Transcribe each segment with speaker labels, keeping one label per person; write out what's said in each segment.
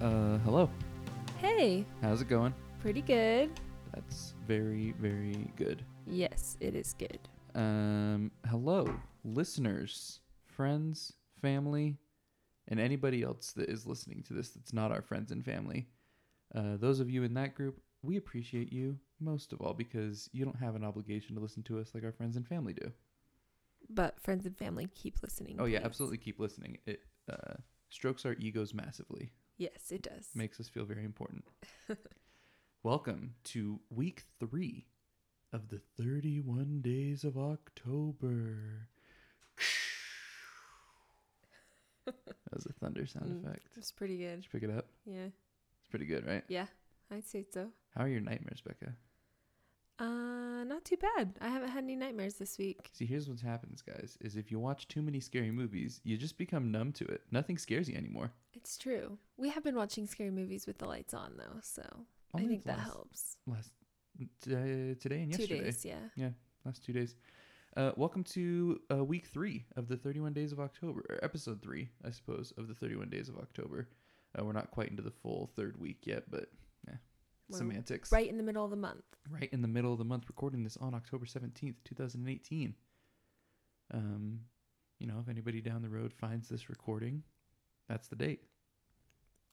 Speaker 1: Uh, hello.
Speaker 2: Hey,
Speaker 1: How's it going?
Speaker 2: pretty good.
Speaker 1: That's very, very good.
Speaker 2: Yes, it is good.
Speaker 1: Um, hello, listeners, friends, family, and anybody else that is listening to this that's not our friends and family. Uh, those of you in that group, we appreciate you most of all because you don't have an obligation to listen to us like our friends and family do.
Speaker 2: But friends and family keep listening.
Speaker 1: Oh, yeah,
Speaker 2: please.
Speaker 1: absolutely keep listening. It uh, strokes our egos massively.
Speaker 2: Yes, it does.
Speaker 1: makes us feel very important. Welcome to week three of the 31 days of October. that was a thunder sound
Speaker 2: Mm.
Speaker 1: effect.
Speaker 2: It's pretty good.
Speaker 1: Did you pick it up?
Speaker 2: Yeah.
Speaker 1: It's pretty good, right?
Speaker 2: Yeah. I'd say so.
Speaker 1: How are your nightmares, Becca?
Speaker 2: Uh, not too bad. I haven't had any nightmares this week.
Speaker 1: See, here's what happens, guys, is if you watch too many scary movies, you just become numb to it. Nothing scares you anymore.
Speaker 2: It's true. We have been watching scary movies with the lights on though, so I
Speaker 1: Only
Speaker 2: think
Speaker 1: the
Speaker 2: that
Speaker 1: Oh, last-
Speaker 2: helps.
Speaker 1: Last uh, today and yesterday.
Speaker 2: Two days, yeah.
Speaker 1: last two days. Uh, welcome to uh, week three of the 31 Days of October, or episode three, I suppose, of the 31 Days of October. Uh, we're not quite into the full third week yet, but yeah,
Speaker 2: We're
Speaker 1: semantics.
Speaker 2: Right in the middle of the month.
Speaker 1: right in the middle of the month, recording this on October 17th, 2018. Um, you know, if anybody down the road finds this recording, that's the date.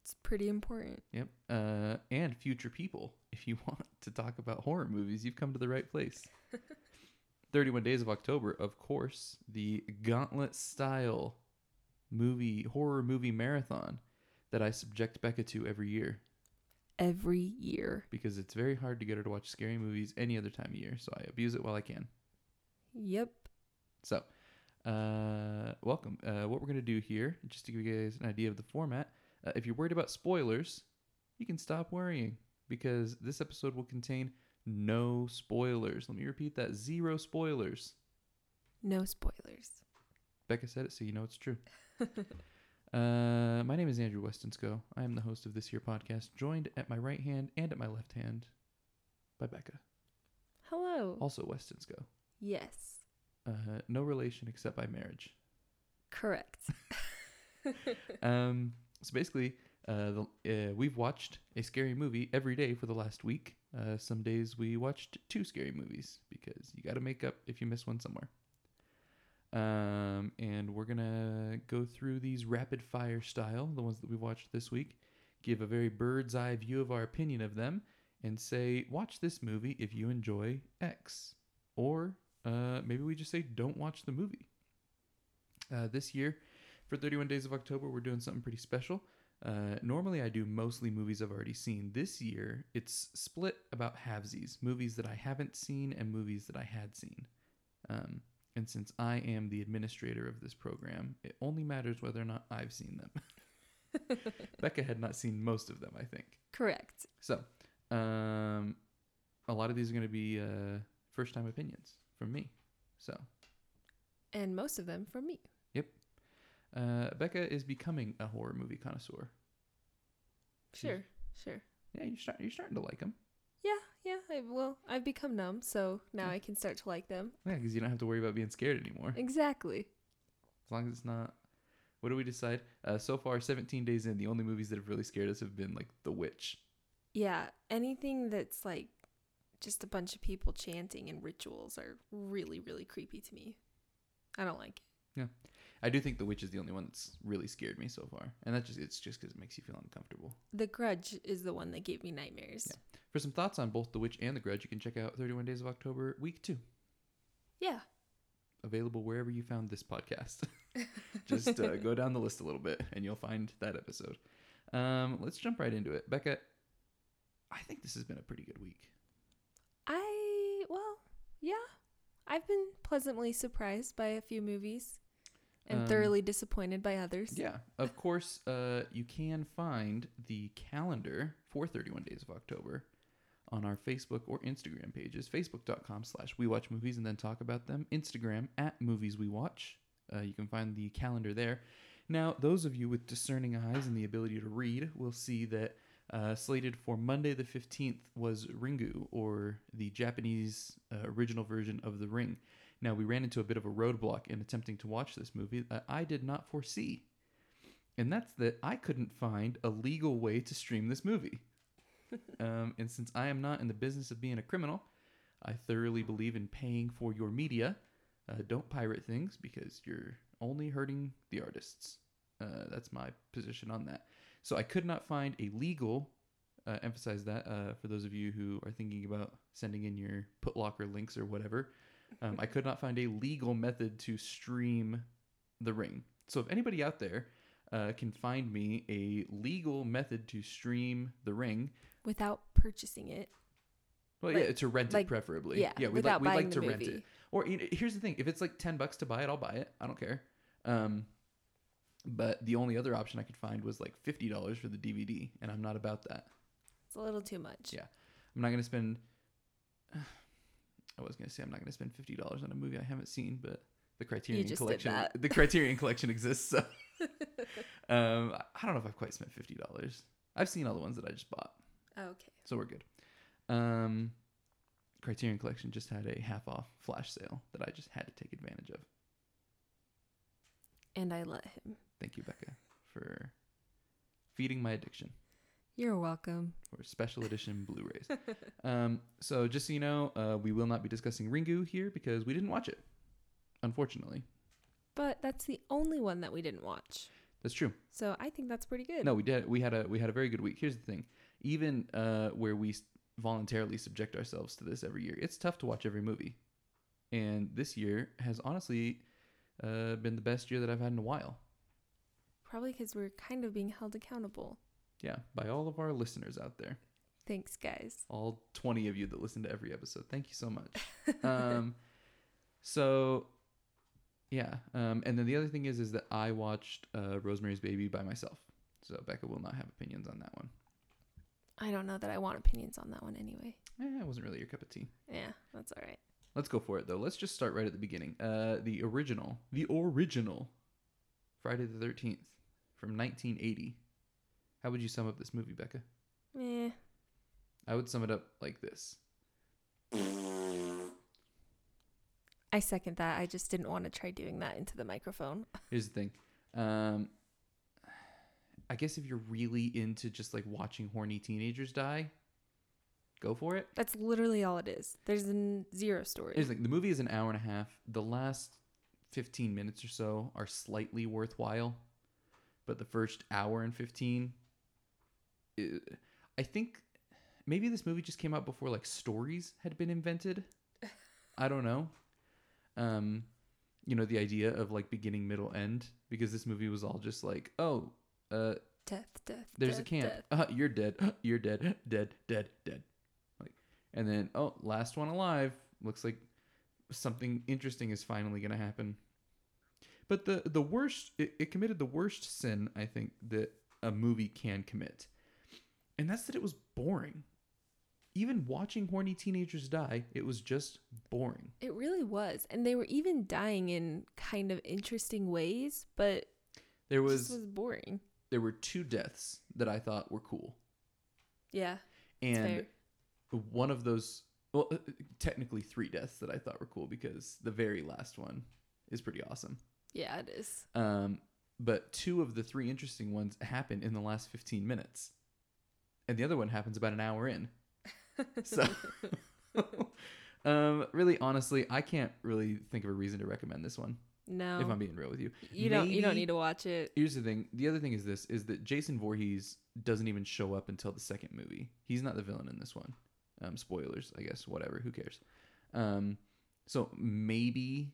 Speaker 2: It's pretty important.
Speaker 1: Yep. Uh, and future people, if you want to talk about horror movies, you've come to the right place. 31 Days of October, of course, the gauntlet style movie, horror movie marathon that I subject Becca to every year
Speaker 2: Every year.
Speaker 1: because it's very hard to get her to watch scary movies any other time of year. So I abuse it while I can.
Speaker 2: Yep.
Speaker 1: So, uh, welcome. Uh, what we're going to do here, just to give you guys an idea of the format, uh, if you're worried about spoilers, you can stop worrying because this episode will contain no spoilers. Let me repeat that zero spoilers.
Speaker 2: No spoilers.
Speaker 1: Becca said it, so you know it's true. uh, my name is Andrew Westonsko. I am the host of this here podcast, joined at my right hand and at my left hand by Becca,
Speaker 2: Hello.
Speaker 1: also Westonsko.
Speaker 2: yes.
Speaker 1: Uh, no relation except by marriage.
Speaker 2: Correct.
Speaker 1: um, so basically, uh, the, uh, we've watched a scary movie every day for the last week. Uh, some days we watched two scary movies because you got to make up if you miss one somewhere. Um, and we're gonna go through these rapid fire style, the ones that we watched this week, give a very bird's eye view of our opinion of them, and say, watch this movie if you enjoy X, or uh, maybe we just say, don't watch the movie. Uh, this year, for 31 Days of October, we're doing something pretty special. Uh, normally, I do mostly movies I've already seen. This year, it's split about halvesies movies that I haven't seen and movies that I had seen. Um, and since I am the administrator of this program, it only matters whether or not I've seen them. Becca had not seen most of them, I think.
Speaker 2: Correct.
Speaker 1: So, um, a lot of these are going to be uh, first time opinions from me. So,
Speaker 2: And most of them from me.
Speaker 1: uh, Becca is becoming a horror movie connoisseur. She's-
Speaker 2: Sure, sure.
Speaker 1: Yeah, you're, start, you're starting to like them.
Speaker 2: Hmm. Yeah, yeah. I, well, I've become numb, so now I can start to like them.
Speaker 1: Yeah, because you don't have to worry about being scared anymore.
Speaker 2: Exactly.
Speaker 1: As long as it's not. What do we decide? Uh, so far, 17 days in, the only movies that have really scared us have been like The Witch.
Speaker 2: Yeah, anything that's like just a bunch of people chanting and rituals are really, really creepy to me. I don't like it.
Speaker 1: I do think The Witch is the only one that's really scared me so far, and that's just it's just because it makes you feel uncomfortable.
Speaker 2: The Grudge is the one that gave me nightmares.
Speaker 1: For some thoughts on both The Witch and The Grudge, you can check out 31 Days of October, week two,
Speaker 2: Yeah.
Speaker 1: available wherever you found this podcast. just uh, go down the list a little bit, and you'll find that episode. Um, let's jump right into it, Becca. I think this has been a pretty good week.
Speaker 2: I, well, yeah. I've been pleasantly surprised by a few movies and
Speaker 1: Um,
Speaker 2: thoroughly disappointed by others.
Speaker 1: Yeah, of course. Uh, you can find the calendar for 31 Days of October on our Facebook or Instagram pages. Facebook.com slash We Watch Movies and then talk about them. Instagram at Movies We Watch. Uh, you can find the calendar there. Now, those of you with discerning eyes and the ability to read will see that uh, slated for Monday the 15th was Ringu, or the Japanese uh, original version of The Ring. Now, we ran into a bit of a roadblock in attempting to watch this movie that I did not foresee. and that's that I couldn't find a legal way to stream this movie. um, and since I am not in the business of being a criminal, I thoroughly believe in paying for your media. Uh, don't pirate things because you're only hurting the artists. Uh, that's my position on that. So I could not find a legal. Uh, emphasize that uh, for those of you who are thinking about sending in your Putlocker links or whatever. Um, I could not find a legal method to stream The Ring. So if anybody out there uh, can find me a legal method to stream The Ring,
Speaker 2: without purchasing it.
Speaker 1: well, yeah,
Speaker 2: Like-
Speaker 1: to rent
Speaker 2: like,
Speaker 1: it preferably.
Speaker 2: yeah,
Speaker 1: we like
Speaker 2: without
Speaker 1: we
Speaker 2: buying
Speaker 1: like to
Speaker 2: the
Speaker 1: rent
Speaker 2: movie.
Speaker 1: it. Or you know, here's the thing: if it's like ten bucks to buy it, I'll buy it. I don't care. Um, but the only other option I could find was like fifty dollars for the DVD, and I'm not about that.
Speaker 2: It's a little too much.
Speaker 1: Yeah. I'm not gonna spend. I was gonna say I'm not gonna spend fifty dollars on a movie I haven't seen, but the Criterion
Speaker 2: just did
Speaker 1: collection
Speaker 2: that.
Speaker 1: the Criterion collection exists. So, um, I- I don't know if I've quite spent fifty dollars. I've seen all the ones that I just bought,
Speaker 2: Okay.
Speaker 1: so we're good. Um, Criterion collection just had a half off flash sale that I just had to take advantage of.
Speaker 2: And I let him.
Speaker 1: Thank you, Becca, for feeding my addiction.
Speaker 2: You're welcome.
Speaker 1: or special edition Blu-rays. um, so just so you know, uh, we will not be discussing Ringu here because we didn't watch it, unfortunately.
Speaker 2: But that's the only one that we didn't watch.
Speaker 1: That's true.
Speaker 2: So I think that's pretty good.
Speaker 1: No, we did. We had a we had a very good week. Here's the thing: even uh, where we s- voluntarily subject ourselves to this every year, it's tough to watch every movie. And this year has honestly uh, been the best year that I've had in a while.
Speaker 2: Probably because we're kind of being held accountable.
Speaker 1: Yeah, by all of our listeners out there.
Speaker 2: Thanks, guys.
Speaker 1: all 20 of you that listen to every episode. Thank you so much. um, so yeah. Um, and then the other thing is, is that I watched uh, Rosemary's Baby by myself. So Becca will not have opinions on that one.
Speaker 2: I don't know that I want opinions on that one anyway.
Speaker 1: Eh, it wasn't really your cup of tea.
Speaker 2: Yeah, that's all right.
Speaker 1: Let's go for it though. Let's just start right at the beginning. Uh, the original, the original Friday the 13th from 1980. How would you sum up this movie, Becca?
Speaker 2: Eh.
Speaker 1: I would sum it up like this.
Speaker 2: I second that. I just didn't want to try doing that into the microphone.
Speaker 1: Here's the thing. Um, I guess if you're really into just like watching horny teenagers die, go for it.
Speaker 2: That's literally all it is. There's an zero story.
Speaker 1: Here's the thing. The movie is an hour and a half. The last 15 minutes or so are slightly worthwhile, but the first hour and 15, uh, I think maybe this movie just came out before like stories had been invented. I don't know. Um, you know, the idea of like beginning, middle, end, because this movie was all just like, oh, uh,
Speaker 2: death, death.
Speaker 1: there's a
Speaker 2: death,
Speaker 1: camp.
Speaker 2: death.
Speaker 1: Uh, you're dead. you're dead. Dead. Dead. Dead. Like, and then oh, last one alive. Looks like something interesting is finally gonna happen. But the the worst, it, it committed the worst sin I think that a movie can commit, and that's that it was boring. Even watching horny teenagers die, it was just boring.
Speaker 2: It really was. And they were even dying in kind of interesting ways, but
Speaker 1: There
Speaker 2: it
Speaker 1: was,
Speaker 2: was, just was boring.
Speaker 1: there were two deaths that I thought were cool,
Speaker 2: Yeah. it's
Speaker 1: and
Speaker 2: fair.
Speaker 1: one of those well uh, technically three deaths that i thought were cool because the very last one is pretty awesome
Speaker 2: Yeah, it is.
Speaker 1: um but two of the three interesting ones happen in the last 15 minutes and the other one happens about an hour in so um really honestly i can't really think of a reason to recommend this one
Speaker 2: No.
Speaker 1: if i'm being real with you
Speaker 2: you don't you don't
Speaker 1: maybe-
Speaker 2: need to watch it.
Speaker 1: here's the thing the other thing is this is that jason Voorhees doesn't even show up until the second movie he's not the villain in this one um spoilers i guess whatever who cares um so maybe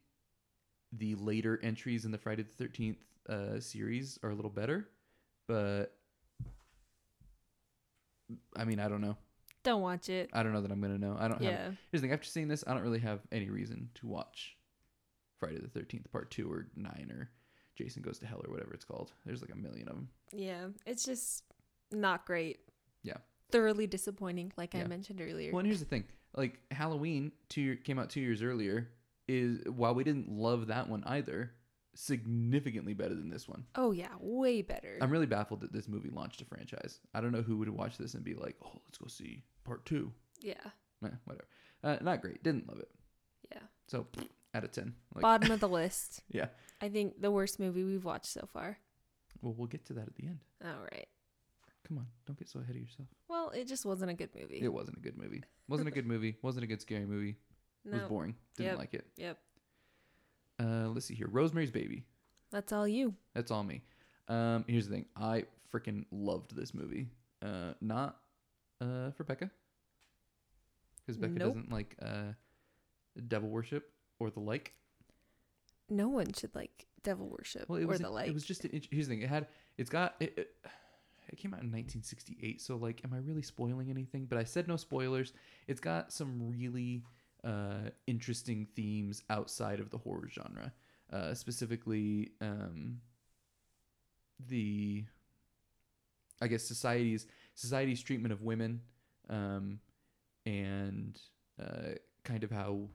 Speaker 1: the later entries in the friday the 13th uh series are a little better but i mean i don't know
Speaker 2: Don't watch it.
Speaker 1: i don't know that i'm gonna know i don't have
Speaker 2: Yeah.
Speaker 1: here's the thing after seeing this i don't really have any reason to watch friday the 13th part 2 or 9 or jason goes to hell or whatever it's called there's like a million of them
Speaker 2: Yeah. It's just not great.
Speaker 1: Yeah.
Speaker 2: Thoroughly disappointing, like I
Speaker 1: Yeah.
Speaker 2: mentioned earlier.
Speaker 1: Well, and here's the thing: like Halloween, two year, came out two years earlier. Is while we didn't love that one either, significantly better than this one.
Speaker 2: Oh yeah, way better.
Speaker 1: I'm really baffled that this movie launched a franchise. I don't know who would watch this and be like, "Oh, let's go see part two.
Speaker 2: yeah.
Speaker 1: Eh, whatever. Uh, not great. Didn't love it.
Speaker 2: Yeah.
Speaker 1: So out of ten. Like,
Speaker 2: Bottom of the list.
Speaker 1: Yeah.
Speaker 2: I think the worst movie we've watched so far.
Speaker 1: Well, we'll get to that at the end.
Speaker 2: All right.
Speaker 1: Come on, don't get so ahead of yourself.
Speaker 2: Well, it just wasn't a good movie.
Speaker 1: It wasn't a good movie. Wasn't a good movie. Wasn't a good scary movie. It
Speaker 2: no.
Speaker 1: was boring. Didn't
Speaker 2: Yep.
Speaker 1: like it.
Speaker 2: Yep.
Speaker 1: Uh, let's see here. Rosemary's Baby.
Speaker 2: That's all you.
Speaker 1: That's all me. Um, here's the thing. I freaking loved this movie. Uh, not uh, for Becca, because Becca
Speaker 2: Nope.
Speaker 1: doesn't like uh, devil worship or the like.
Speaker 2: No one should like devil worship
Speaker 1: Well, it
Speaker 2: or
Speaker 1: was a-
Speaker 2: the like.
Speaker 1: It was just an, int- here's the thing. It had it's got it, it. It came out in 1968, so like, am I really spoiling anything? But I said no spoilers. It's got some really uh, interesting themes outside of the horror genre, uh, specifically um, the, I guess society's society's treatment of women, um, and uh, kind of how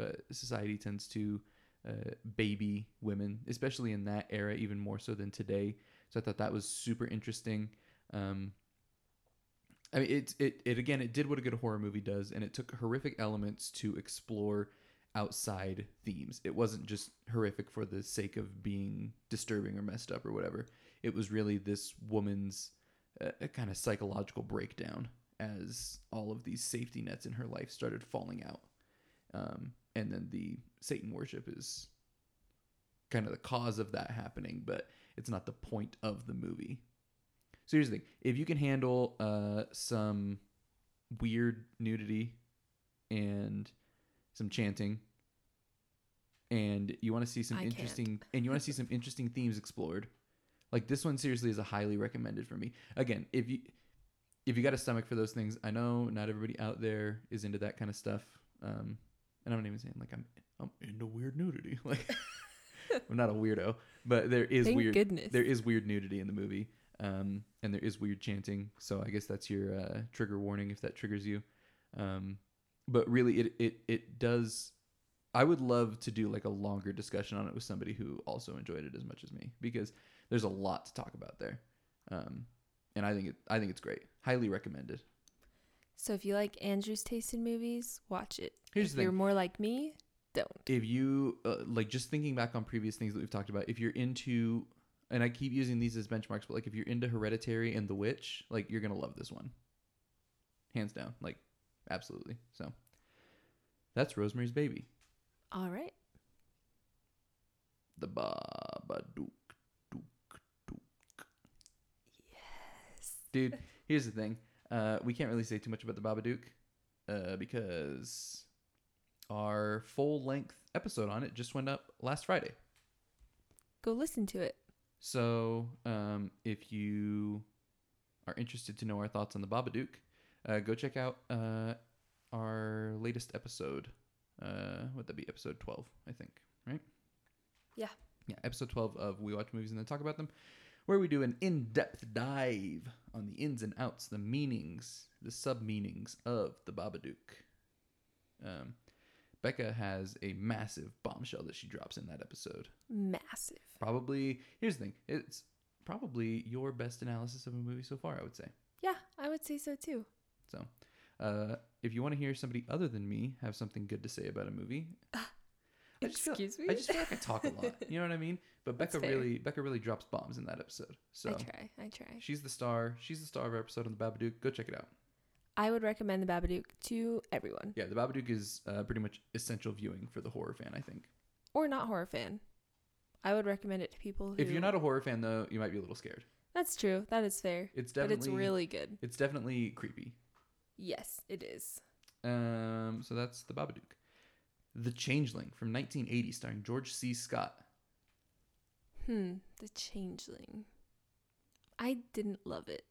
Speaker 1: uh, society tends to uh, baby women, especially in that era, even more so than today. So I thought that was super interesting. Um, I mean, it, it it again, it did what a good horror movie does, and it took horrific elements to explore outside themes. It wasn't just horrific for the sake of being disturbing or messed up or whatever. It was really this woman's uh, kind of psychological breakdown as all of these safety nets in her life started falling out um, and then the Satan worship is kind of the cause of that happening, but it's not the point of the movie. So here's the thing: if you can handle uh, some weird nudity and some chanting, and you want to see some
Speaker 2: I can't.
Speaker 1: interesting and you want to see some interesting themes explored, like this one seriously is a highly recommended for me. Again, if you if you got a stomach for those things, I know not everybody out there is into that kind of stuff. Um, and I'm not even saying like I'm I'm into weird nudity. Like I'm not a weirdo, but there is
Speaker 2: Thank
Speaker 1: weird
Speaker 2: goodness.
Speaker 1: there is weird nudity in the movie, um, and there is weird chanting. So I guess that's your uh, trigger warning if that triggers you. Um, but really, it it it does. I would love to do like a longer discussion on it with somebody who also enjoyed it as much as me because there's a lot to talk about there, um, and I think it I think it's great. Highly recommended.
Speaker 2: so if you like Andrew's taste in movies, watch it.
Speaker 1: Here's
Speaker 2: if
Speaker 1: the thing.
Speaker 2: you're more like me, don't.
Speaker 1: if you uh, like just thinking back on previous things that we've talked about if you're into and i keep using these as benchmarks but like if you're into hereditary and the witch like you're gonna love this one hands down like absolutely so that's rosemary's baby
Speaker 2: All right.
Speaker 1: the baba duke duke duke yes dude here's the thing uh we can't really say too much about the baba duke uh because our full length episode on it just went up last friday
Speaker 2: Go listen to it.
Speaker 1: So, um, if you are interested to know our thoughts on the Babadook, uh, go check out uh, our latest episode. Uh, would that be episode twelve? I think, right?
Speaker 2: Yeah.
Speaker 1: Yeah, episode twelve of We Watch Movies and Then Talk About Them, where we do an in-depth dive on the ins and outs, the meanings, the sub-meanings of the Babadook. Um, Becca has a massive bombshell that she drops in that episode
Speaker 2: Massive.
Speaker 1: probably here's the thing it's probably your best analysis of a movie so far i would say
Speaker 2: Yeah, I would say so too.
Speaker 1: so uh, if you want to hear somebody other than me have something good to say about a movie I just feel-
Speaker 2: Ah, Excuse me.
Speaker 1: i just feel like i talk a lot you know what i mean but
Speaker 2: That's
Speaker 1: becca
Speaker 2: fair.
Speaker 1: really becca really drops bombs in that episode so
Speaker 2: I try. I try.
Speaker 1: she's the star she's the star of our episode on the babadook go check it out
Speaker 2: I would recommend The Babadook to everyone,
Speaker 1: yeah the babadook is uh, pretty much essential viewing for the horror fan i think
Speaker 2: or not horror fan. I would recommend it to people who.
Speaker 1: if you're not a horror fan though you might be a little scared
Speaker 2: That's true. That is fair.
Speaker 1: it's
Speaker 2: But
Speaker 1: definitely
Speaker 2: it's really good.
Speaker 1: it's definitely creepy
Speaker 2: Yes, it is.
Speaker 1: Um, so that's The Babadook. The Changeling from 1980, starring George C. Scott.
Speaker 2: Hmm. The Changeling. I didn't love it.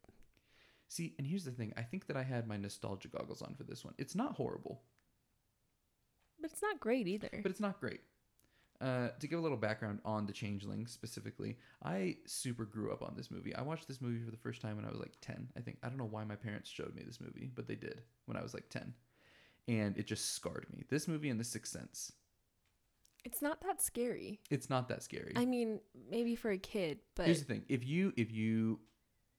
Speaker 1: See, and here's the thing. I think that I had my nostalgia goggles on for this one. It's not horrible,
Speaker 2: But it's not great either.
Speaker 1: but it's not great. Uh, to give a little background on The Changeling specifically, I super grew up on this movie. I watched this movie for the first time when I was like 10, I think. I don't know why my parents showed me this movie, but they did when I was like 10. And it just scarred me. This movie and The Sixth Sense.
Speaker 2: it's not that scary.
Speaker 1: It's not that scary.
Speaker 2: I mean, maybe for a kid, but
Speaker 1: Here's the thing: if you if you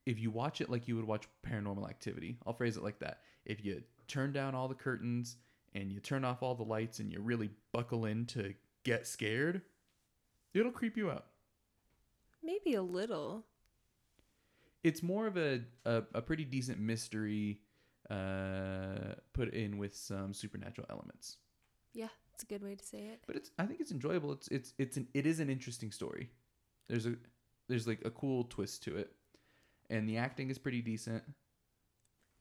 Speaker 1: if you watch it like you would watch Paranormal Activity, I'll phrase it like that. If you turn down all the curtains and you turn off all the lights and you really buckle in to get scared, it'll creep you out.
Speaker 2: Maybe a little.
Speaker 1: It's more of a a, a pretty decent mystery uh, put in with some supernatural elements.
Speaker 2: Yeah, it's a good way to say it.
Speaker 1: But it's I think it's enjoyable. It's it's it's an it is an interesting story. There's a there's like a cool twist to it. And the acting is pretty decent.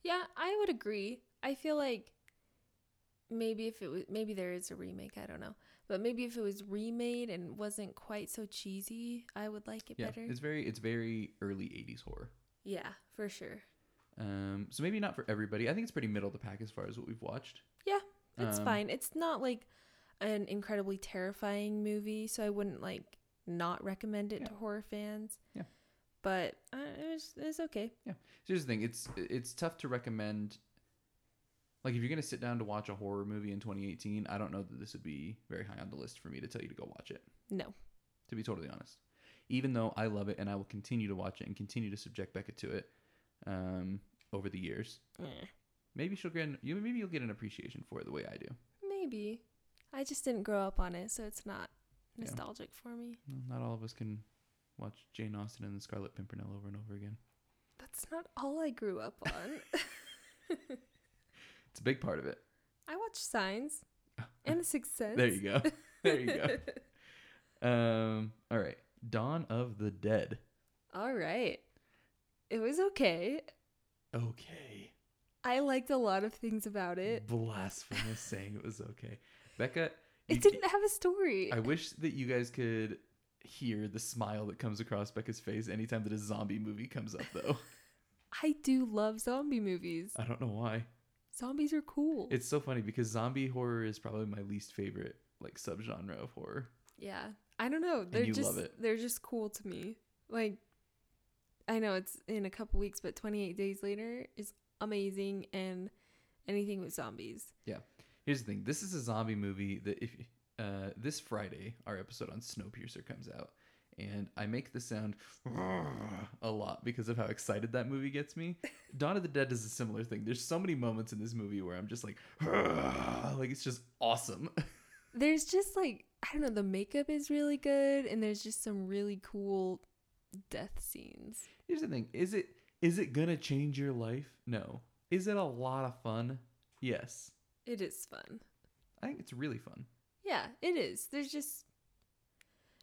Speaker 2: Yeah, I would agree. I feel like maybe if it was maybe there is a remake, I don't know. But maybe if it was remade and wasn't quite so cheesy, I would like it
Speaker 1: yeah.
Speaker 2: better.
Speaker 1: It's very it's very early 80s horror.
Speaker 2: Yeah, for sure.
Speaker 1: Um so maybe not for everybody. I think it's pretty middle of the pack as far as what we've watched.
Speaker 2: Yeah, It's
Speaker 1: Um,
Speaker 2: fine. It's not like an incredibly terrifying movie, so I wouldn't like not recommend it
Speaker 1: Yeah.
Speaker 2: to horror fans.
Speaker 1: Yeah.
Speaker 2: But uh, it was, it's okay.
Speaker 1: So here's the thing: it's it's tough to recommend. Like, if you're gonna sit down to watch a horror movie in 2018, I don't know that this would be very high on the list for me to tell you to go watch it.
Speaker 2: No.
Speaker 1: To be totally honest, even though I love it and I will continue to watch it and continue to subject Becca to it um, over the years,
Speaker 2: Eh.
Speaker 1: maybe she'll get an, you maybe you'll get an appreciation for it the way I do.
Speaker 2: Maybe. I just didn't grow up on it, so it's not
Speaker 1: Yeah.
Speaker 2: nostalgic for me.
Speaker 1: Well, Not all of us can watch Jane Austen and the Scarlet Pimpernel over and over again.
Speaker 2: That's not all I grew up on.
Speaker 1: It's a big part of it.
Speaker 2: I watched Signs and The Sixth Sense.
Speaker 1: There you go. there you go. Um, all right, Dawn of the Dead.
Speaker 2: All right. It was okay.
Speaker 1: Okay.
Speaker 2: I liked a lot of things about it.
Speaker 1: blasphemous saying it was okay. Becca, you-
Speaker 2: It didn't have a story.
Speaker 1: I wish that you guys could hear the smile that comes across Becca's face anytime that a zombie movie comes up, though.
Speaker 2: I do love zombie movies.
Speaker 1: I don't know why.
Speaker 2: Zombies are cool.
Speaker 1: It's so funny because zombie horror is probably my least favorite like subgenre of horror.
Speaker 2: yeah. I don't know. They're
Speaker 1: you
Speaker 2: just
Speaker 1: love it.
Speaker 2: they're just cool to me. Like I know it's in a couple weeks, but 28 days later is amazing and anything with zombies.
Speaker 1: Here's the thing: this is a zombie movie that if uh, this Friday our episode on Snowpiercer comes out, and I make the sound a lot because of how excited that movie gets me. Dawn of the Dead is a similar thing. There's so many moments in this movie where I'm just like, like it's just awesome.
Speaker 2: There's just like I don't know, the makeup is really good and there's just some really cool death scenes.
Speaker 1: Here's the thing: is it is it gonna change your life? No. Is it a lot of fun? Yes.
Speaker 2: It is fun.
Speaker 1: I think it's really fun.
Speaker 2: Yeah, it is. There's just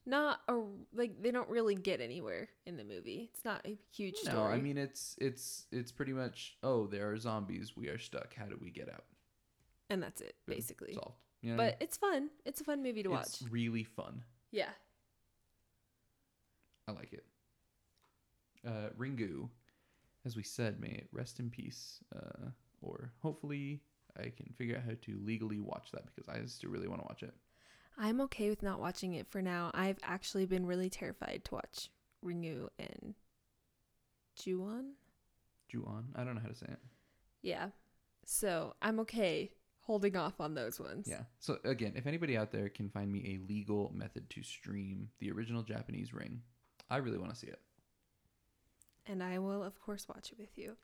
Speaker 2: not a like they don't really get anywhere in the movie. It's not a huge story.
Speaker 1: No, I mean it's it's it's pretty much oh there are zombies we are stuck how do we get out
Speaker 2: and that's it
Speaker 1: Boom.
Speaker 2: basically.
Speaker 1: solved you know what I mean?
Speaker 2: But it's fun. It's a fun movie to watch.
Speaker 1: It's really fun.
Speaker 2: yeah.
Speaker 1: I like it. Uh, Ringu, as we said, may it rest in peace. Uh, or hopefully, I can figure out how to legally watch that because I still really want to watch it.
Speaker 2: I'm okay with not watching it for now. I've actually been really terrified to watch Renew and Juon.
Speaker 1: Ju-on? I don't know how to say it.
Speaker 2: Yeah. So I'm okay holding off on those ones.
Speaker 1: Yeah. So again, if anybody out there can find me a legal method to stream the original Japanese Ring, I really want to see it.
Speaker 2: And I will of course watch it with you.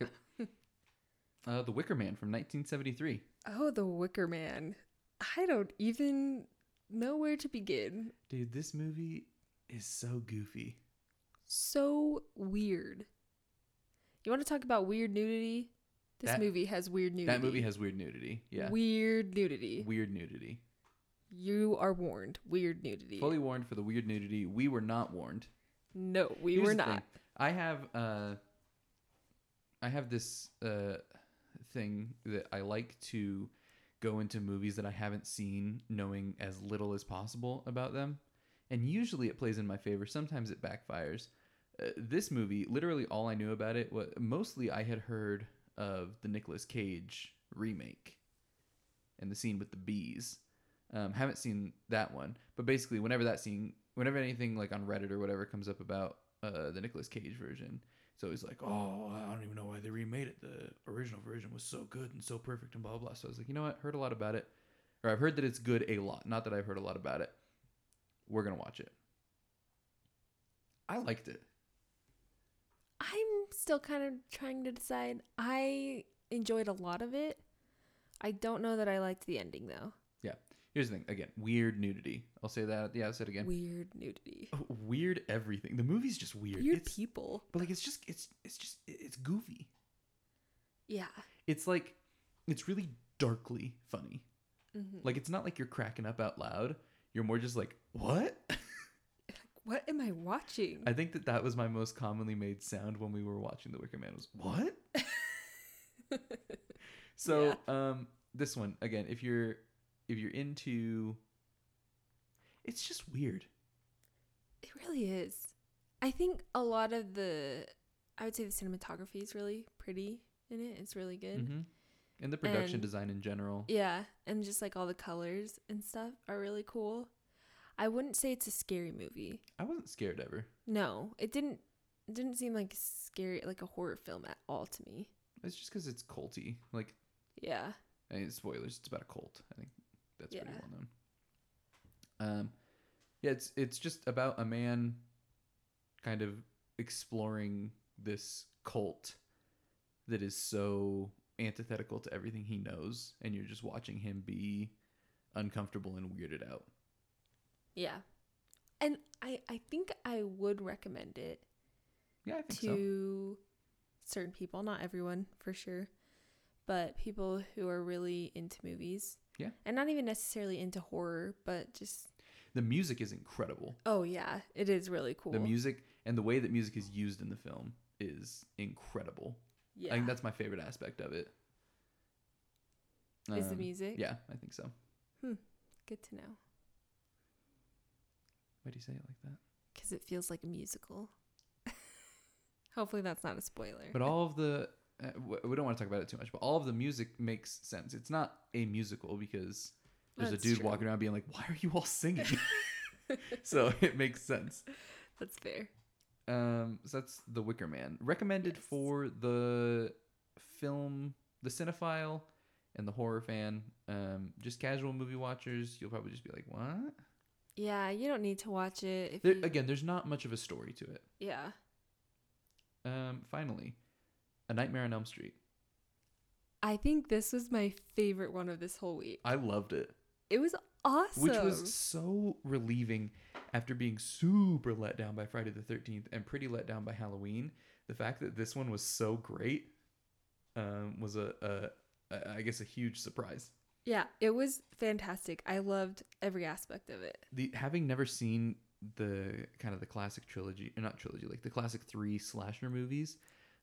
Speaker 1: Uh, the Wicker Man from 1973.
Speaker 2: Oh, the Wicker Man. I don't even know where to begin.
Speaker 1: Dude, this movie is so goofy.
Speaker 2: So weird. You want to talk about weird nudity? This
Speaker 1: That-
Speaker 2: movie has weird nudity.
Speaker 1: That movie has weird nudity. Yeah.
Speaker 2: weird nudity.
Speaker 1: weird nudity.
Speaker 2: You are warned. Weird nudity.
Speaker 1: fully warned for the weird nudity. We were not warned.
Speaker 2: no, we
Speaker 1: Here's
Speaker 2: were
Speaker 1: the thing.
Speaker 2: not.
Speaker 1: I have uh, I have this uh, thing that I like to go into movies that I haven't seen, knowing as little as possible about them, and usually it plays in my favor. Sometimes it backfires. Uh, this movie, literally all I knew about it was mostly I had heard of the Nicolas Cage remake and the scene with the bees. Um, haven't seen that one, but basically, whenever that scene, whenever anything like on Reddit or whatever comes up about uh, the Nicolas Cage version, it's always like, oh, I don't even know why they remade it. The original version was so good and so perfect and blah blah. So I was like, you know what? Heard a lot about it, or I've heard that it's good a lot. Not that I've heard a lot about it. We're gonna watch it. I liked it.
Speaker 2: I'm still kind of trying to decide. I enjoyed a lot of it. I don't know that I liked the ending though.
Speaker 1: Here's the thing. Again, weird nudity. I'll say that at the outset again. Oh,
Speaker 2: Weird nudity.
Speaker 1: Weird everything. The movie's just weird.
Speaker 2: Weird
Speaker 1: it's,
Speaker 2: people.
Speaker 1: but like it's just it's it's just it's goofy.
Speaker 2: Yeah.
Speaker 1: It's like it's really darkly funny.
Speaker 2: hmm
Speaker 1: Like it's not like you're cracking up out loud. You're more just like, "What?"
Speaker 2: What am I watching?
Speaker 1: I think that that was my most commonly made sound when we were watching The Wicker Man was, "What?" So um this one again, if you're if you're into it's just weird.
Speaker 2: it really is. I think a lot of the, I would say the cinematography is really pretty in it. It's really good.
Speaker 1: hmm And the production
Speaker 2: And-
Speaker 1: design in general.
Speaker 2: Yeah, and just like all the colors and stuff are really cool. I wouldn't say it's a scary movie.
Speaker 1: I wasn't scared ever.
Speaker 2: No, it didn't. It didn't seem like scary, like a horror film at all to me.
Speaker 1: It's just because it's culty. Like,
Speaker 2: Yeah,
Speaker 1: I mean, spoilers. It's about a cult. I think that's pretty
Speaker 2: Yeah.
Speaker 1: well known. Um, yeah, it's it's just about a man, kind of exploring this cult that is so antithetical to everything he knows, and you're just watching him be uncomfortable and weirded out.
Speaker 2: yeah, and I I think I would recommend it
Speaker 1: Yeah, I think so.
Speaker 2: to certain people, not everyone for sure, but people who are really into movies.
Speaker 1: Yeah.
Speaker 2: and not even necessarily into horror, but just
Speaker 1: The music is incredible.
Speaker 2: oh yeah, it is really cool.
Speaker 1: The music and the way that music is used in the film is incredible.
Speaker 2: yeah,
Speaker 1: I think that's my favorite aspect of it.
Speaker 2: is the
Speaker 1: Um,
Speaker 2: music.
Speaker 1: Yeah, I think so.
Speaker 2: good to know.
Speaker 1: Why do you say it like that?
Speaker 2: because it feels like a musical. Hopefully, that's not a spoiler.
Speaker 1: But all of the uh, w- we don't want to talk about it too much, but all of the music makes sense. It's not a musical because there's
Speaker 2: That's
Speaker 1: a dude
Speaker 2: true.
Speaker 1: walking around being like, "Why are you all singing?" so it makes sense.
Speaker 2: that's fair.
Speaker 1: Um, so that's The Wicker Man, recommended
Speaker 2: Yes.
Speaker 1: for the film, the cinephile, and the horror fan. Um, just casual movie watchers, you'll probably just be like, "What?"
Speaker 2: Yeah, you don't need to watch it. If
Speaker 1: There,
Speaker 2: you,
Speaker 1: again, there's not much of a story to it.
Speaker 2: yeah,
Speaker 1: Um, finally, A Nightmare on Elm Street.
Speaker 2: I think this was my favorite one of this whole week.
Speaker 1: I loved it.
Speaker 2: It was awesome.
Speaker 1: which was so relieving after being super let down by Friday the 13th and pretty let down by Halloween. The fact that this one was so great um, was a, a, a, I guess, a huge surprise.
Speaker 2: yeah, it was fantastic. I loved every aspect of it.
Speaker 1: The having never seen the kind of the classic trilogy, or not trilogy, like the classic three slasher movies,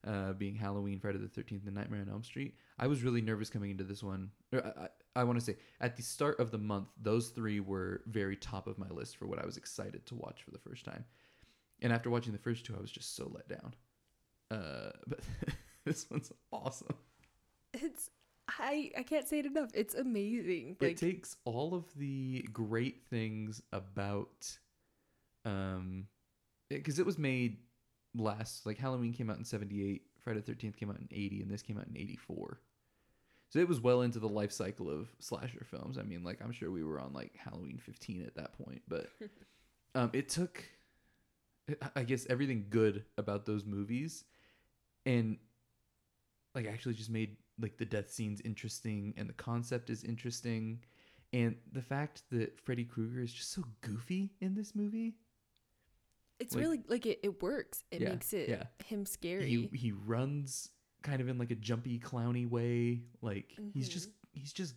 Speaker 1: uh, being Halloween, Friday the 13th, and Nightmare on Elm Street, I was really nervous coming into this one. Or I, I, I want to say at the start of the month, those three were very top of my list for what I was excited to watch for the first time. And after watching the first two, I was just so let down. Uh, but this one's awesome.
Speaker 2: It's I I can't say it enough. It's amazing. Like
Speaker 1: it takes all of the great things about um because it was made last like halloween came out in 78 friday the 13th came out in 80 and this came out in 84 so it was well into the life cycle of slasher films i mean like i'm sure we were on like halloween 15 at that point but um it took I- i guess everything good about those movies and like actually just made like the death scenes interesting and the concept is interesting and the fact that freddy krueger is just so goofy in this movie
Speaker 2: it's
Speaker 1: like-
Speaker 2: really like it, it works. It
Speaker 1: Yeah,
Speaker 2: makes it
Speaker 1: yeah.
Speaker 2: him scary.
Speaker 1: he, he runs kind of in like a jumpy clowny way like he's just he's just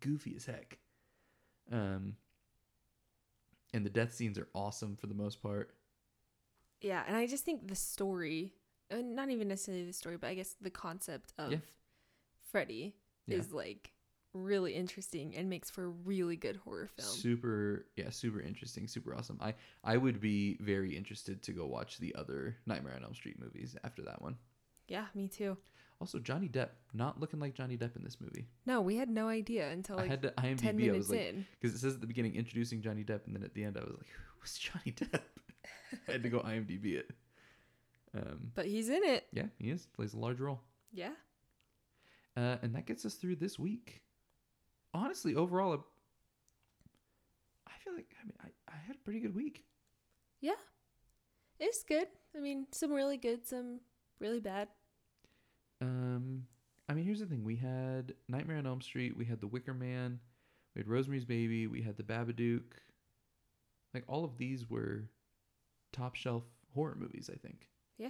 Speaker 1: goofy as heck um and the death scenes are awesome for the most part
Speaker 2: Yeah, and I just think the story, uh, not even necessarily the story, but I guess the concept of
Speaker 1: Yeah.
Speaker 2: Freddy
Speaker 1: Yeah.
Speaker 2: is like really interesting and makes for a really good horror film.
Speaker 1: super yeah super interesting super awesome i i would be very interested to go watch the other nightmare on elm street movies after that one
Speaker 2: yeah, me too.
Speaker 1: Also, Johnny Depp not looking like Johnny Depp in this movie.
Speaker 2: No, we had no idea until
Speaker 1: I
Speaker 2: like
Speaker 1: had to
Speaker 2: 10
Speaker 1: IMDb. I
Speaker 2: minutes
Speaker 1: was like,
Speaker 2: in.
Speaker 1: because it says at the beginning introducing Johnny Depp, and then at the end I was like, who's Johnny Depp? I had to go IMDb it. Um,
Speaker 2: But he's in it.
Speaker 1: yeah, he is plays a large role,
Speaker 2: Yeah.
Speaker 1: uh, and that gets us through this week. Honestly, overall, I I feel like I mean I, I had a pretty good week.
Speaker 2: It's good. I mean, some really good, some really bad.
Speaker 1: Um, I mean, here's the thing: we had Nightmare on Elm Street, we had The Wicker Man, We had Rosemary's Baby. We had The Babadook. Like all of these were top shelf horror movies, I think.
Speaker 2: Yeah.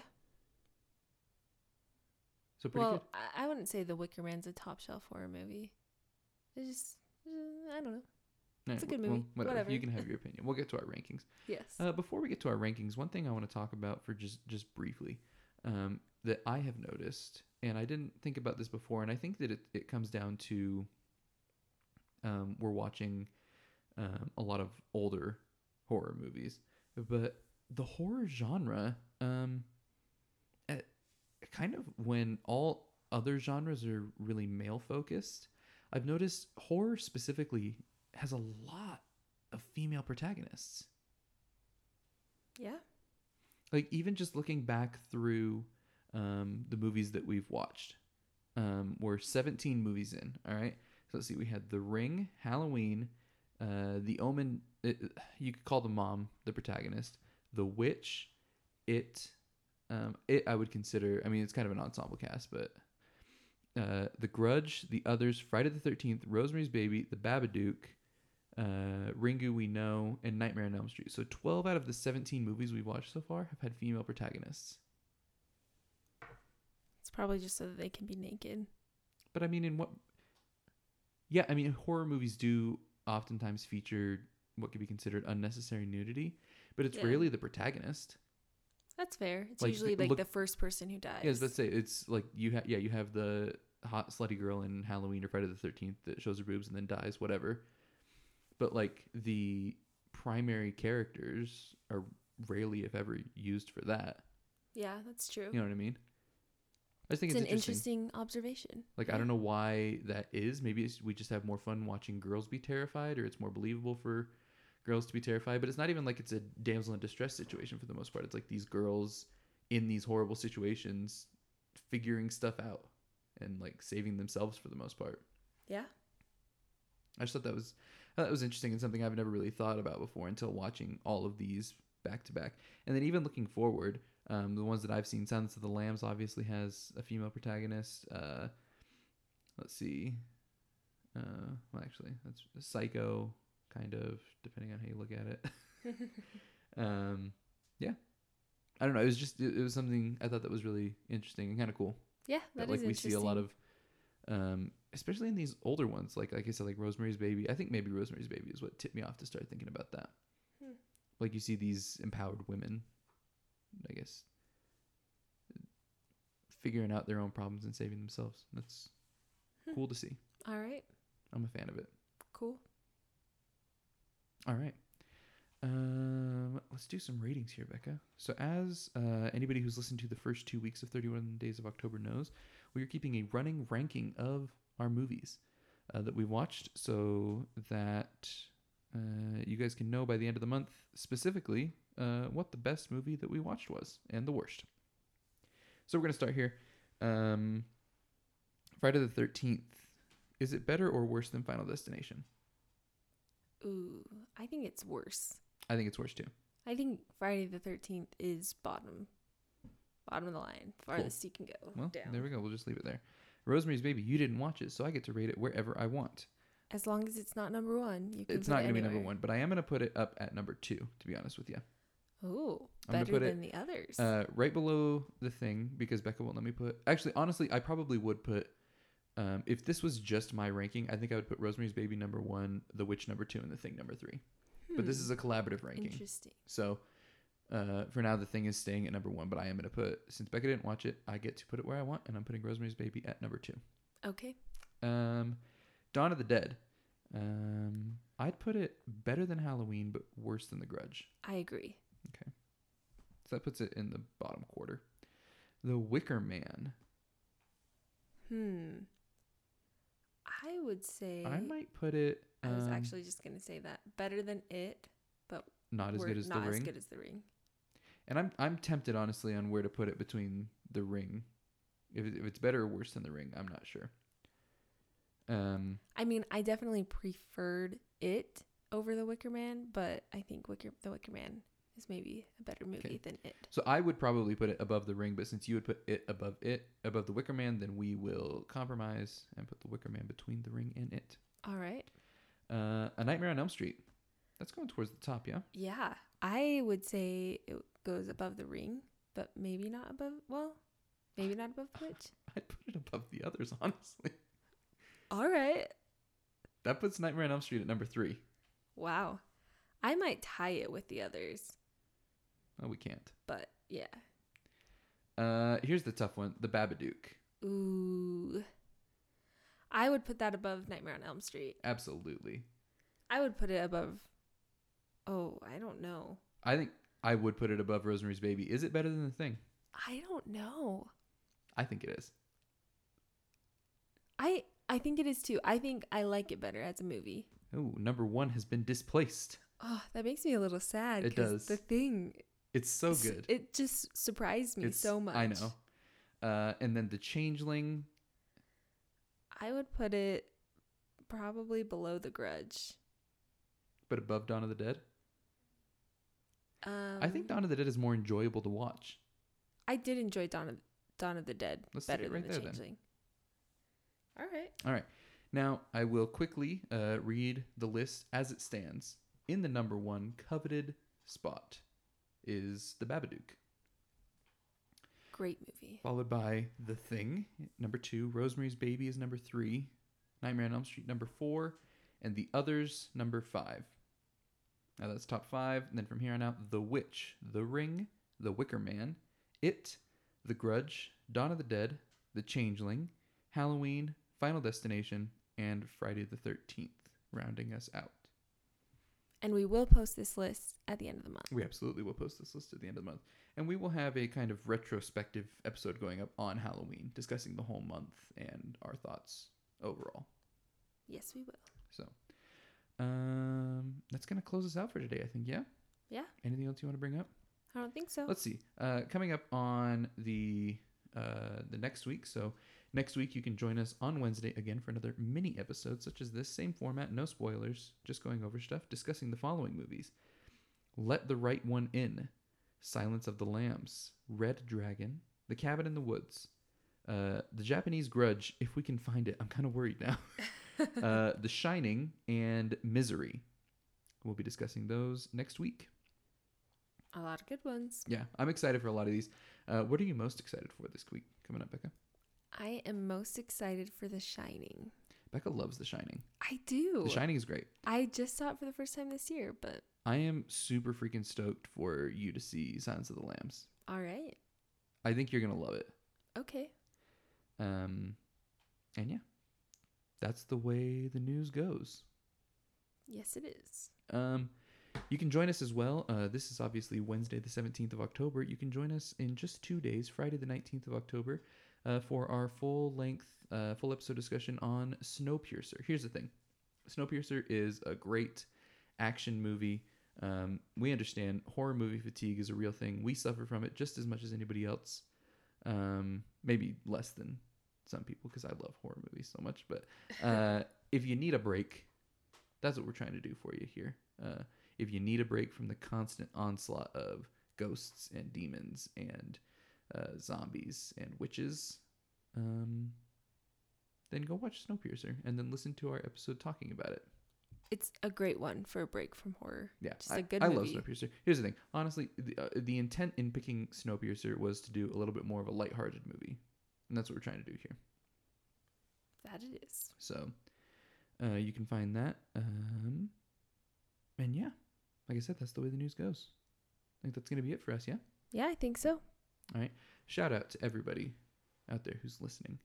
Speaker 1: So pretty
Speaker 2: Well,
Speaker 1: good.
Speaker 2: I, I wouldn't say The Wicker Man's a top shelf horror movie. It's just, uh, I don't know.
Speaker 1: Alright,
Speaker 2: it's a good
Speaker 1: well,
Speaker 2: movie.
Speaker 1: whatever.
Speaker 2: Whatever.
Speaker 1: You can have your opinion. We'll get to our rankings.
Speaker 2: Yes.
Speaker 1: Uh, before we get to our rankings, one thing I want to talk about for just just briefly um, that I have noticed, and I didn't think about this before, and I think that it, it comes down to um, we're watching um, a lot of older horror movies, but the horror genre, um, at, kind of when all other genres are really male focused, I've noticed horror specifically has a lot of female protagonists
Speaker 2: yeah.
Speaker 1: like even just looking back through um, the movies that we've watched um, we're 17 movies in all right so let's see we had the ring halloween uh, the omen it, you could call the mom the protagonist the witch it um, it i would consider i mean it's kind of an ensemble cast but uh, the grudge the others friday the 13th rosemary's baby the babadook uh, Ringu we know, and Nightmare on Elm Street. So 12 out of the 17 movies we've watched so far have had female protagonists.
Speaker 2: It's probably just so that they can be naked.
Speaker 1: But I mean, in what? Yeah, I mean, horror movies do oftentimes feature what could be considered unnecessary nudity, but it's
Speaker 2: Yeah.
Speaker 1: rarely the protagonist.
Speaker 2: That's fair. It's
Speaker 1: Like,
Speaker 2: usually
Speaker 1: the-
Speaker 2: like
Speaker 1: look-
Speaker 2: the first person who dies.
Speaker 1: Yes, let's say it's like you have yeah you have the hot slutty girl in Halloween or Friday the Thirteenth that shows her boobs and then dies, whatever. But like the primary characters are rarely, if ever, used for that.
Speaker 2: yeah, that's true.
Speaker 1: You know what I mean? I just think
Speaker 2: it's,
Speaker 1: it's,
Speaker 2: an
Speaker 1: interesting.
Speaker 2: interesting, observation.
Speaker 1: Like I don't know why that is. Maybe it's, we just have more fun watching girls be terrified, or it's more believable for girls to be terrified. But it's not even like it's a damsel in distress situation for the most part. It's like these girls in these horrible situations figuring stuff out and like saving themselves for the most part.
Speaker 2: Yeah.
Speaker 1: I just thought that was I thought that was interesting and something I've never really thought about before until watching all of these back to back. And then even looking forward, um, the ones that I've seen, Silence of the Lambs obviously has a female protagonist. Uh, let's see, uh, well actually that's Psycho, kind of depending on how you look at it. um, yeah, I don't know. It was just it, it was something I thought that was really interesting and kind of cool
Speaker 2: Yeah,
Speaker 1: that
Speaker 2: that is
Speaker 1: like we see a lot
Speaker 2: interesting.
Speaker 1: of um especially in these older ones like like i said like rosemary's baby i think maybe rosemary's baby is what tipped me off to start thinking about that
Speaker 2: Hmm.
Speaker 1: like you see these empowered women i guess figuring out their own problems and saving themselves that's
Speaker 2: Hmm.
Speaker 1: cool to see
Speaker 2: All right.
Speaker 1: i'm a fan of it
Speaker 2: Cool.
Speaker 1: all right um let's do some ratings here becca so as uh, anybody who's listened to the first two weeks of 31 days of october knows we are keeping a running ranking of our movies uh, that we watched so that uh, you guys can know by the end of the month specifically uh, what the best movie that we watched was and the worst. So we're going to start here. Um, Friday the 13th. Is it better or worse than Final Destination?
Speaker 2: Ooh, I think it's worse.
Speaker 1: I think it's worse too.
Speaker 2: I think Friday the 13th is bottom. Bottom of the line. Farthest you can go.
Speaker 1: Well,
Speaker 2: down.
Speaker 1: there we go. We'll just leave it there. Rosemary's Baby, you didn't watch it, so I get to rate it wherever I want.
Speaker 2: As long as it's not number one, you can
Speaker 1: It's
Speaker 2: put
Speaker 1: not
Speaker 2: it
Speaker 1: going to be number
Speaker 2: anywhere.
Speaker 1: one, but I am going to put it up at number two, to be honest with you.
Speaker 2: Ooh,
Speaker 1: I'm gonna
Speaker 2: better
Speaker 1: put it,
Speaker 2: than the others.
Speaker 1: Uh, right below the thing because Becca won't let me put. Actually, honestly, I probably would put. Um, if this was just my ranking, I think I would put Rosemary's Baby number one, The Witch number two, and The Thing number three. But this
Speaker 2: Hmm,
Speaker 1: is a collaborative ranking,
Speaker 2: interesting.
Speaker 1: so uh, for now the Thing is staying at number one. But I am going to put since Becca didn't watch it, I get to put it where I want, and I'm putting Rosemary's Baby at number two.
Speaker 2: Okay.
Speaker 1: Um, Dawn of the Dead. Um, I'd put it better than Halloween, but worse than The Grudge.
Speaker 2: I agree.
Speaker 1: So that puts it in the bottom quarter. The Wicker Man.
Speaker 2: Hmm. I would say
Speaker 1: I might put it.
Speaker 2: Eh, I was
Speaker 1: um,
Speaker 2: actually just gonna say that better than it,
Speaker 1: not as
Speaker 2: were
Speaker 1: good as
Speaker 2: not
Speaker 1: the
Speaker 2: as
Speaker 1: ring,
Speaker 2: good as the ring.
Speaker 1: and I'm I'm tempted honestly on where to put it between the ring. If, it- if it's better or worse than the ring, I'm not sure. Um,
Speaker 2: I mean, I definitely preferred it over the Wicker Man, but I think Wicker the Wicker Man is maybe a better movie
Speaker 1: Okay.
Speaker 2: than it.
Speaker 1: so I would probably put it above the ring, but since you would put it above it above the Wicker Man, then we will compromise and put the Wicker Man between the ring and it.
Speaker 2: All right.
Speaker 1: Uh, A Nightmare on Elm Street. That's going towards the top, yeah.
Speaker 2: Yeah, I would say it goes above the ring, but maybe not above. Well, maybe not above Witch.
Speaker 1: I'd put it above the others, honestly.
Speaker 2: All right.
Speaker 1: That puts Nightmare on Elm Street at number three.
Speaker 2: Wow. I might tie it with the others,
Speaker 1: Oh, we can't.
Speaker 2: but yeah.
Speaker 1: Uh, here's the tough one: The Babadook.
Speaker 2: Ooh. I would put that above Nightmare on Elm Street.
Speaker 1: Absolutely.
Speaker 2: I would put it above. Oh, I don't know.
Speaker 1: I think I would put it above Rosemary's Baby. Is it better than The Thing?
Speaker 2: I don't know.
Speaker 1: I think it is.
Speaker 2: I I think it is too. I think I like it better as a movie.
Speaker 1: Oh, number one has been displaced.
Speaker 2: Oh, that makes me a little sad.
Speaker 1: It
Speaker 2: 'cause
Speaker 1: does.
Speaker 2: The thing.
Speaker 1: It's so
Speaker 2: s-
Speaker 1: good.
Speaker 2: It just surprised me so much.
Speaker 1: I know. Uh, and then The Changeling.
Speaker 2: I would put it probably below The Grudge.
Speaker 1: But above Dawn of the Dead,
Speaker 2: Um,
Speaker 1: I think Dawn of the Dead is more enjoyable to watch.
Speaker 2: I did enjoy Dawn of Dawn of the Dead
Speaker 1: Let's stick
Speaker 2: better
Speaker 1: it right
Speaker 2: than The
Speaker 1: there, then.
Speaker 2: Changeling. All right.
Speaker 1: Now, I will quickly uh, read the list as it stands. In the number one coveted spot is The Babadook,
Speaker 2: Great movie.
Speaker 1: followed by The Thing, number two. Rosemary's Baby is number three. Nightmare on Elm Street, number four. And The Others, number five. Now, that's top five. And then from here on out, The Witch, The Ring, The Wicker Man, It, The Grudge, Dawn of the Dead, The Changeling, Halloween, Final Destination, and Friday the 13th, rounding us out.
Speaker 2: And we will post this list at the end of the month.
Speaker 1: We absolutely will post this list at the end of the month. And we will have a kind of retrospective episode going up on Halloween, discussing the whole month and our thoughts overall.
Speaker 2: Yes, we will.
Speaker 1: So um, that's going to close us out for today, I think. Yeah?
Speaker 2: Yeah.
Speaker 1: Anything else you want to bring up?
Speaker 2: I don't think so.
Speaker 1: Let's see. Uh, coming up on the uh, the next week. So next week you can join us on Wednesday again for another mini episode, such as this same format, no spoilers, just going over stuff, discussing the following movies: Let the Right One In, Silence of the Lambs, Red Dragon, The Cabin in the Woods, uh, The Japanese Grudge. If we can find it, I'm kind of worried now. uh, the Shining and Misery. We'll be discussing those next week.
Speaker 2: A lot of good ones.
Speaker 1: Yeah, I'm excited for a lot of these. Uh, what are you most excited for this week coming up, Becca?
Speaker 2: I am most excited for The Shining.
Speaker 1: Becca loves The Shining.
Speaker 2: I do.
Speaker 1: The Shining is great.
Speaker 2: I just saw it for the first time this year, but
Speaker 1: I am super freaking stoked for you to see Signs of the Lambs.
Speaker 2: all right.
Speaker 1: I think you're gonna love it.
Speaker 2: Okay.
Speaker 1: Um, and yeah, that's the way the news goes.
Speaker 2: Yes, it is.
Speaker 1: Um, you can join us as well. Uh, this is obviously Wednesday, the 17th of October. You can join us in just two days, Friday, the 19th of October, uh, for our full length, uh, full episode discussion on Snowpiercer. Here's the thing Snowpiercer is a great action movie. Um, we understand horror movie fatigue is a real thing. We suffer from it just as much as anybody else. Um, maybe less than some people because I love horror movies so much. But uh, if you need a break, that's what we're trying to do for you here. Uh, if you need a break from the constant onslaught of ghosts and demons and uh, zombies and witches, um, then go watch Snowpiercer and then listen to our episode talking about it.
Speaker 2: It's a great one for a break from horror.
Speaker 1: Yeah,
Speaker 2: Just
Speaker 1: I-
Speaker 2: a good
Speaker 1: I
Speaker 2: movie.
Speaker 1: love Snowpiercer. Here's the thing, honestly, the, uh, the intent in picking Snowpiercer was to do a little bit more of a lighthearted movie, and that's what we're trying to do here.
Speaker 2: That it is.
Speaker 1: So uh, you can find that. Um, and yeah, like I said, that's the way the news goes. I think that's going to be it for us, yeah?
Speaker 2: Yeah, I think so.
Speaker 1: Shout out to everybody out there who's listening.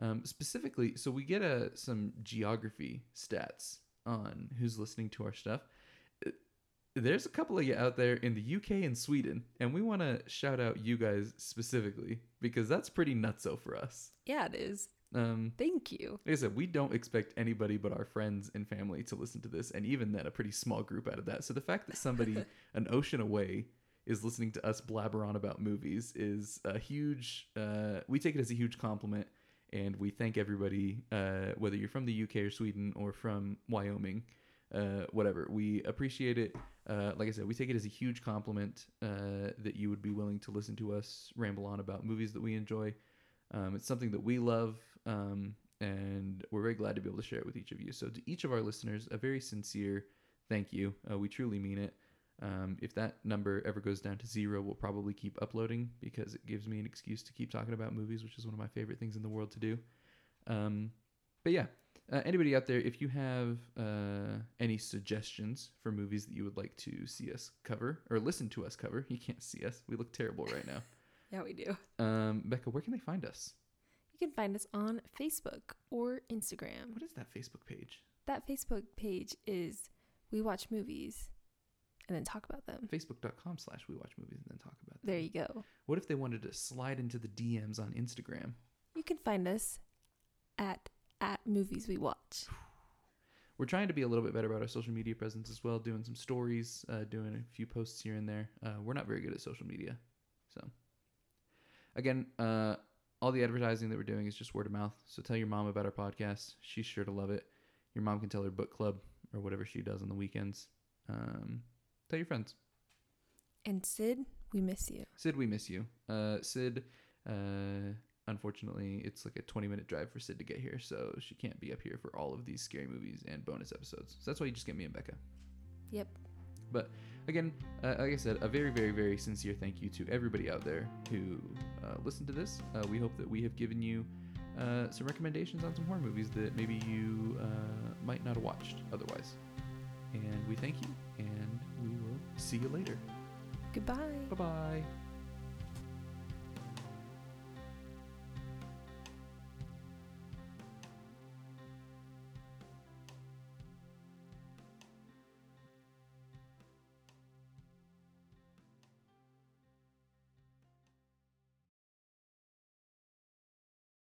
Speaker 1: Um, specifically, so we get uh, some geography stats on who's listening to our stuff. Uh, There's a couple of you out there in the UK and Sweden, and we want to shout out you guys specifically because that's pretty nutso for us.
Speaker 2: Yeah, it is.
Speaker 1: Um,
Speaker 2: Thank you.
Speaker 1: like I said, we don't expect anybody but our friends and family to listen to this, and even then, a pretty small group out of that. So the fact that somebody an ocean away is listening to us blabber on about movies is a huge. Uh, we take it as a huge compliment, and we thank everybody, uh, whether you're from the UK or Sweden or from Wyoming, uh, whatever. We appreciate it. Uh, like I said, we take it as a huge compliment uh, that you would be willing to listen to us ramble on about movies that we enjoy. Um, it's something that we love, um, and we're very glad to be able to share it with each of you. So, to each of our listeners, a very sincere thank you. Uh, we truly mean it. Um, if that number ever goes down to zero, we'll probably keep uploading because it gives me an excuse to keep talking about movies, which is one of my favorite things in the world to do. Um, but yeah, uh, anybody out there, if you have uh, any suggestions for movies that you would like to see us cover or listen to us cover, you can't see us. We look terrible right now.
Speaker 2: Yeah, we do.
Speaker 1: Um, Becca, where can they find us?
Speaker 2: You can find us on Facebook or Instagram.
Speaker 1: What is that Facebook page?
Speaker 2: That Facebook page is We Watch Movies and then talk about them.
Speaker 1: Facebook.com slash we watch movies and then talk about them.
Speaker 2: There you go.
Speaker 1: What if they wanted to slide into the DMs on Instagram?
Speaker 2: You can find us at at movies we watch.
Speaker 1: We're trying to be a little bit better about our social media presence as well, doing some stories, uh, doing a few posts here and there. Uh, we're not very good at social media. So, again, uh, all the advertising that we're doing is just word of mouth. So, tell your mom about our podcast. She's sure to love it. Your mom can tell her book club or whatever she does on the weekends. Um, tell your friends.
Speaker 2: And Sid, we miss you.
Speaker 1: Sid, we miss you. Uh, Sid, uh, unfortunately, it's like a 20 minute drive for Sid to get here, so she can't be up here for all of these scary movies and bonus episodes. So that's why you just get me and Becca.
Speaker 2: Yep.
Speaker 1: But again, uh, like I said, a very, very, very sincere thank you to everybody out there who uh, listened to this. Uh, we hope that we have given you uh, some recommendations on some horror movies that maybe you uh, might not have watched otherwise. And we thank you, and we will see you later.
Speaker 2: Goodbye.
Speaker 1: Bye bye.